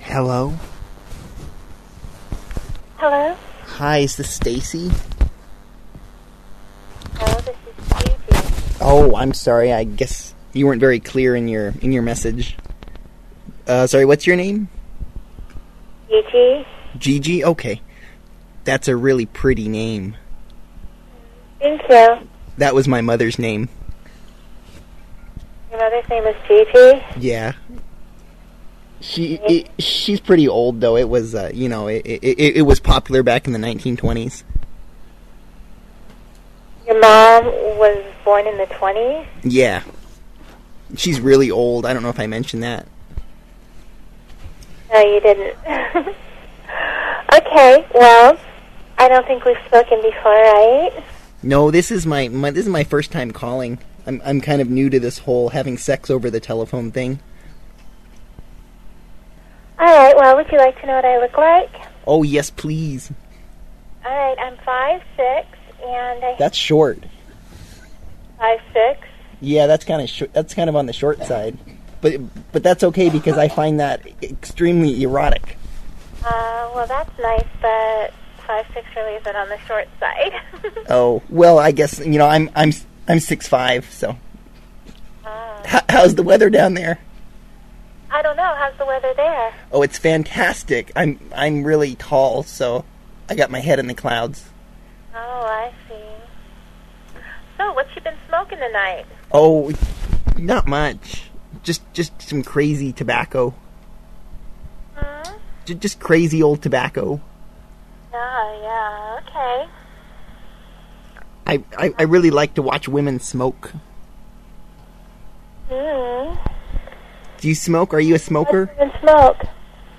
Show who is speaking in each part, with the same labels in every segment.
Speaker 1: Hello.
Speaker 2: Hello?
Speaker 1: Hi, is this Stacy?
Speaker 2: Hello, this is Judy.
Speaker 1: Oh, I'm sorry. I guess you weren't very clear in your in your message. Uh, sorry. What's your name?
Speaker 2: Gigi?
Speaker 1: Gigi. Okay, that's a really pretty name.
Speaker 2: Thank you.
Speaker 1: That was my mother's name.
Speaker 2: Your mother's name is Gigi?
Speaker 1: Yeah. She it, she's pretty old though. It was uh, you know it, it it it was popular back in the 1920s.
Speaker 2: Your mom was born in the 20s?
Speaker 1: Yeah. She's really old. I don't know if I mentioned that.
Speaker 2: No, you didn't. okay, well, I don't think we've spoken before, right?
Speaker 1: No, this is my, my this is my first time calling. I'm I'm kind of new to this whole having sex over the telephone thing.
Speaker 2: Alright, well, would you like to know what I look like?
Speaker 1: Oh yes, please.
Speaker 2: Alright, I'm five six, and I
Speaker 1: That's short.
Speaker 2: five six.
Speaker 1: Yeah, that's kind of sh- that's kind of on the short side. But but that's okay because I find that extremely erotic.
Speaker 2: Uh, well, that's nice, but five six really isn't on the short side.
Speaker 1: Oh, well, I guess you know, I'm I'm I'm 6'5", so
Speaker 2: Ah.
Speaker 1: H- how's the weather down there?
Speaker 2: I don't know. How's the weather there?
Speaker 1: Oh, it's fantastic. I'm I'm really tall, so I got my head in the clouds.
Speaker 2: Oh, I see. So, what you been smoking tonight?
Speaker 1: Oh, not much. Just just some crazy tobacco.
Speaker 2: Hmm.
Speaker 1: J- just crazy old tobacco.
Speaker 2: Oh, yeah. Okay.
Speaker 1: I, I I really like to watch women smoke.
Speaker 2: Hmm.
Speaker 1: Do you smoke? Are you a smoker?
Speaker 2: Women smoke.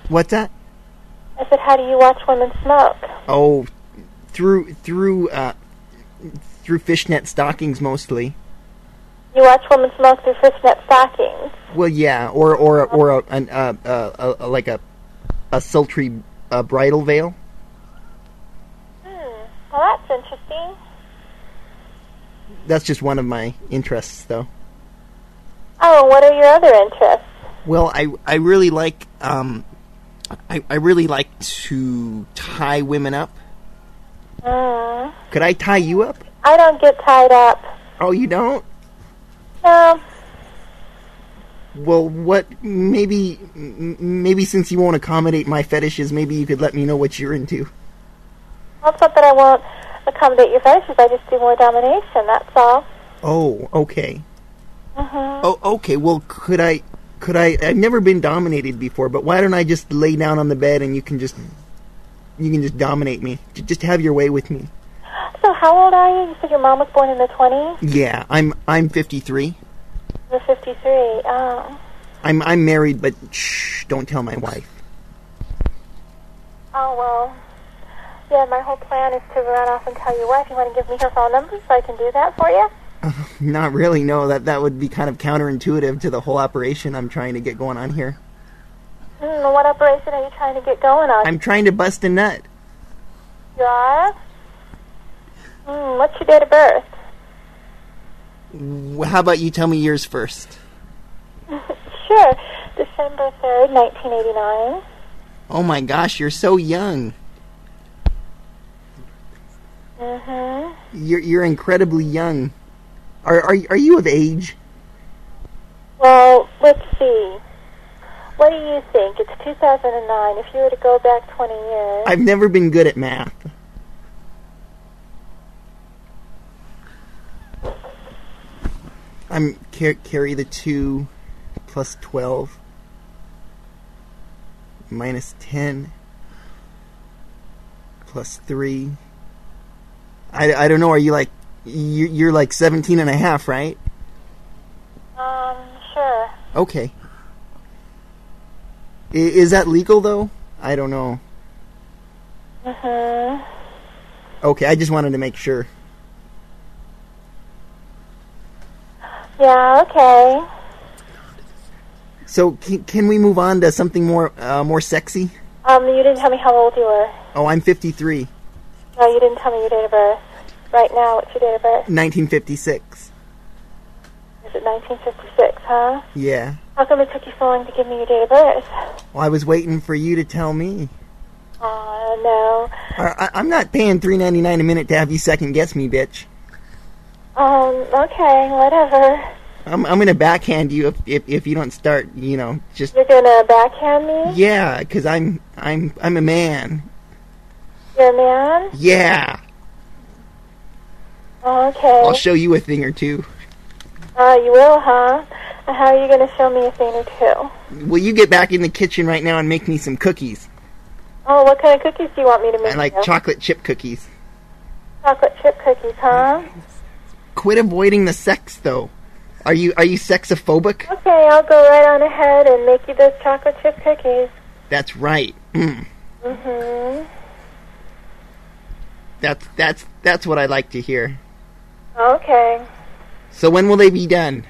Speaker 1: What's that?
Speaker 2: I said, how do you watch women smoke?
Speaker 1: Oh, through through uh through fishnet stockings mostly.
Speaker 2: You watch women smoke through fishnet stockings.
Speaker 1: Well, yeah, or or or a, an, uh, uh, uh, like a a sultry uh, bridal veil.
Speaker 2: Hmm. Well, that's interesting.
Speaker 1: That's just one of my interests, though.
Speaker 2: Oh, and what are your other interests?
Speaker 1: Well, I I really like um I I really like to tie women up.
Speaker 2: Hmm.
Speaker 1: Could I tie you up?
Speaker 2: I don't get tied up.
Speaker 1: Oh, you don't?
Speaker 2: No.
Speaker 1: Well, what maybe m- maybe since you won't accommodate my fetishes, maybe you could let me know what you're into.
Speaker 2: Well, it's not that I won't accommodate your fetishes. I just do more domination. That's all.
Speaker 1: Oh, okay.
Speaker 2: hmm
Speaker 1: Oh, okay. Well, could I? Could I? I've never been dominated before, but why don't I just lay down on the bed and you can just, you can just dominate me. J- Just have your way with me.
Speaker 2: So, how old are you? You said your mom was born in the 20s.
Speaker 1: Yeah, I'm. I'm 53.
Speaker 2: You're 53. Oh.
Speaker 1: I'm. I'm married, but shh, don't tell my wife.
Speaker 2: Oh, well. Yeah, my whole plan is to run off and tell your wife. You want to give me her phone number so I can do that for you?
Speaker 1: Not really. No, that that would be kind of counterintuitive to the whole operation I'm trying to get going on here.
Speaker 2: Hmm, what operation are you trying to get going on?
Speaker 1: I'm trying to bust a nut.
Speaker 2: You are? Hmm, what's your date of birth?
Speaker 1: Wh- How about you tell me yours first?
Speaker 2: Sure. December 3rd, 1989.
Speaker 1: Oh my gosh, you're so young.
Speaker 2: Mm-hmm.
Speaker 1: You're you're incredibly young. Are are are you of age?
Speaker 2: Well, let's see. What do you think? It's 2009. If you were to go back 20 years,
Speaker 1: I've never been good at math. I'm car- carry the two, plus twelve, minus ten, plus three. I, I don't know. Are you like you, you're like 17 and a half, right?
Speaker 2: um, sure.
Speaker 1: Okay. I, is that legal though? I don't know.
Speaker 2: Mm-hmm.
Speaker 1: Okay, I just wanted to make sure.
Speaker 2: Yeah, okay.
Speaker 1: So can, can we move on to something more uh, more sexy?
Speaker 2: Um, you didn't tell me how old you were.
Speaker 1: Oh, I'm 53,
Speaker 2: No, you didn't tell me your date of birth. Right now, what's your date of birth?
Speaker 1: 1956.
Speaker 2: You're at 1956, huh?
Speaker 1: Yeah.
Speaker 2: How come it took you so long to give me your date of birth?
Speaker 1: Well, I was waiting for you to tell me.
Speaker 2: Oh, no.
Speaker 1: I, I, am not paying three ninety nine a minute to have you second guess me, bitch.
Speaker 2: Um, okay, whatever.
Speaker 1: I'm, I'm gonna backhand you if, if if you don't start. You know, just
Speaker 2: You're gonna backhand me?
Speaker 1: yeah, because I'm I'm I'm a man.
Speaker 2: You're a man?
Speaker 1: Yeah,
Speaker 2: Oh,
Speaker 1: I'll
Speaker 2: okay.
Speaker 1: show you a thing or two.
Speaker 2: Uh, you will, huh? And how are you gonna show me a thing or two?
Speaker 1: Will you get back in the kitchen right now and make me some cookies?
Speaker 2: Oh, what kind of cookies do you want me to make?
Speaker 1: I like
Speaker 2: you?
Speaker 1: chocolate chip cookies.
Speaker 2: chocolate chip cookies, huh?
Speaker 1: Quit avoiding the sex, though. Are you are you sexophobic?
Speaker 2: Okay, I'll go right on ahead and make you those chocolate chip cookies.
Speaker 1: That's right. Mm.
Speaker 2: Mm-hmm.
Speaker 1: That's that's that's what I like to hear.
Speaker 2: Okay.
Speaker 1: So when will they be done?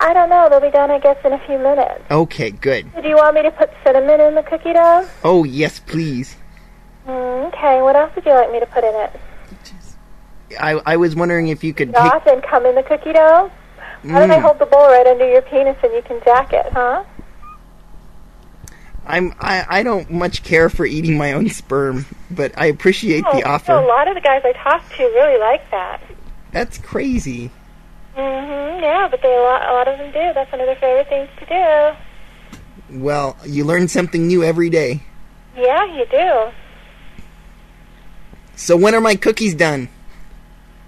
Speaker 2: I don't know. They'll be done, I guess, in a few minutes.
Speaker 1: Okay, good.
Speaker 2: Do you want me to put cinnamon in the cookie dough?
Speaker 1: Oh yes, please.
Speaker 2: Mm, okay. What else would you like me to put in it?
Speaker 1: I I was wondering if you could. take-
Speaker 2: Doth and come in the cookie dough? Why don't I
Speaker 1: Mm.
Speaker 2: hold the bowl right under your penis and you can jack it, huh?
Speaker 1: I'm I, I don't much care for eating my own sperm, but I appreciate
Speaker 2: Oh,
Speaker 1: the offer.
Speaker 2: A lot of the guys I talk to really like that.
Speaker 1: That's crazy.
Speaker 2: Mm-hmm. Yeah, but they a lot, a lot of them do. That's one of their favorite things to do.
Speaker 1: Well, you learn something new every day.
Speaker 2: Yeah, you do.
Speaker 1: So when are my cookies done?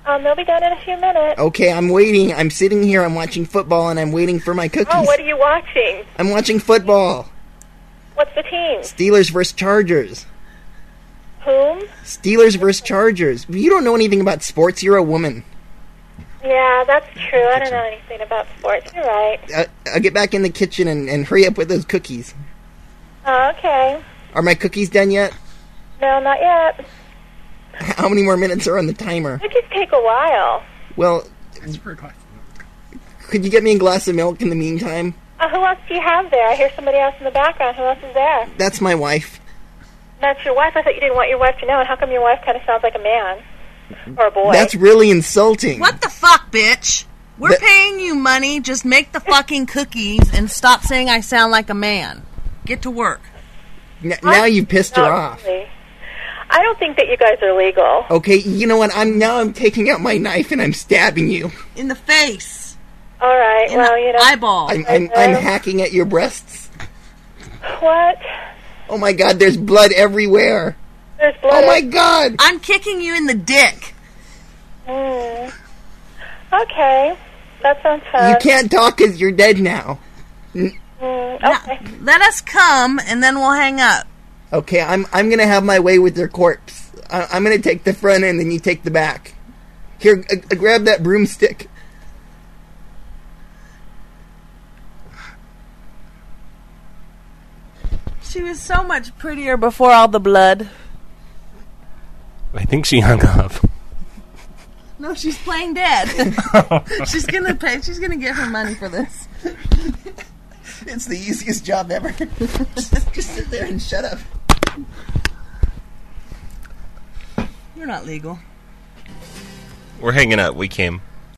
Speaker 2: Um, they'll be done in a few minutes.
Speaker 1: Okay, I'm waiting. I'm sitting here. I'm watching football, and I'm waiting for my cookies.
Speaker 2: Oh, what are you watching?
Speaker 1: I'm watching football.
Speaker 2: What's the team?
Speaker 1: Steelers versus Chargers.
Speaker 2: Whom?
Speaker 1: Steelers versus Chargers. You don't know anything about sports. You're a woman.
Speaker 2: Yeah, that's true. I don't know anything about sports. You're right.
Speaker 1: Uh, I'll get back in the kitchen and, and hurry up with those cookies.
Speaker 2: Oh, okay.
Speaker 1: Are my cookies done yet?
Speaker 2: No, not yet.
Speaker 1: How many more minutes are on the timer?
Speaker 2: Cookies take a while.
Speaker 1: Well,
Speaker 3: It's pretty classy.
Speaker 1: could you get me a glass of milk in the meantime?
Speaker 2: Uh, who else do you have there? I hear somebody else in the background. Who else is there?
Speaker 1: That's my wife.
Speaker 2: That's your wife. I thought you didn't want your wife to know. And how come your wife kind of sounds like a man or a boy?
Speaker 1: That's really insulting.
Speaker 4: What the fuck, bitch? We're
Speaker 1: That-
Speaker 4: paying you money. Just make the fucking cookies and stop saying I sound like a man. Get to work.
Speaker 1: N- now you pissed her
Speaker 2: Not
Speaker 1: off.
Speaker 2: really. I don't think that you guys are legal.
Speaker 1: Okay, you know what? I'm now I'm taking out my knife and I'm stabbing you.
Speaker 4: In the face.
Speaker 2: All right.
Speaker 4: In
Speaker 2: well,
Speaker 4: the
Speaker 2: you know
Speaker 4: eyeball.
Speaker 1: I'm I'm, I'm hacking at your breasts.
Speaker 2: what?
Speaker 1: Oh my god, there's blood everywhere.
Speaker 2: There's blood.
Speaker 1: Oh my god.
Speaker 4: I'm kicking you in the dick.
Speaker 2: Mm. Okay. That sounds fun.
Speaker 1: You can't talk cuz you're dead now.
Speaker 2: Mm, okay.
Speaker 4: Let us come and then we'll hang up.
Speaker 1: Okay, I'm I'm going to have my way with your corpse. I, I'm going to take the front end and you take the back. Here, g- g- grab that broomstick.
Speaker 4: She was so much prettier before all the blood.
Speaker 3: I think she hung up.
Speaker 4: No, she's playing dead. she's gonna pay. She's gonna get her money for this.
Speaker 1: It's the easiest job ever. just, just sit there and shut up.
Speaker 4: You're not legal.
Speaker 3: We're hanging up. We came.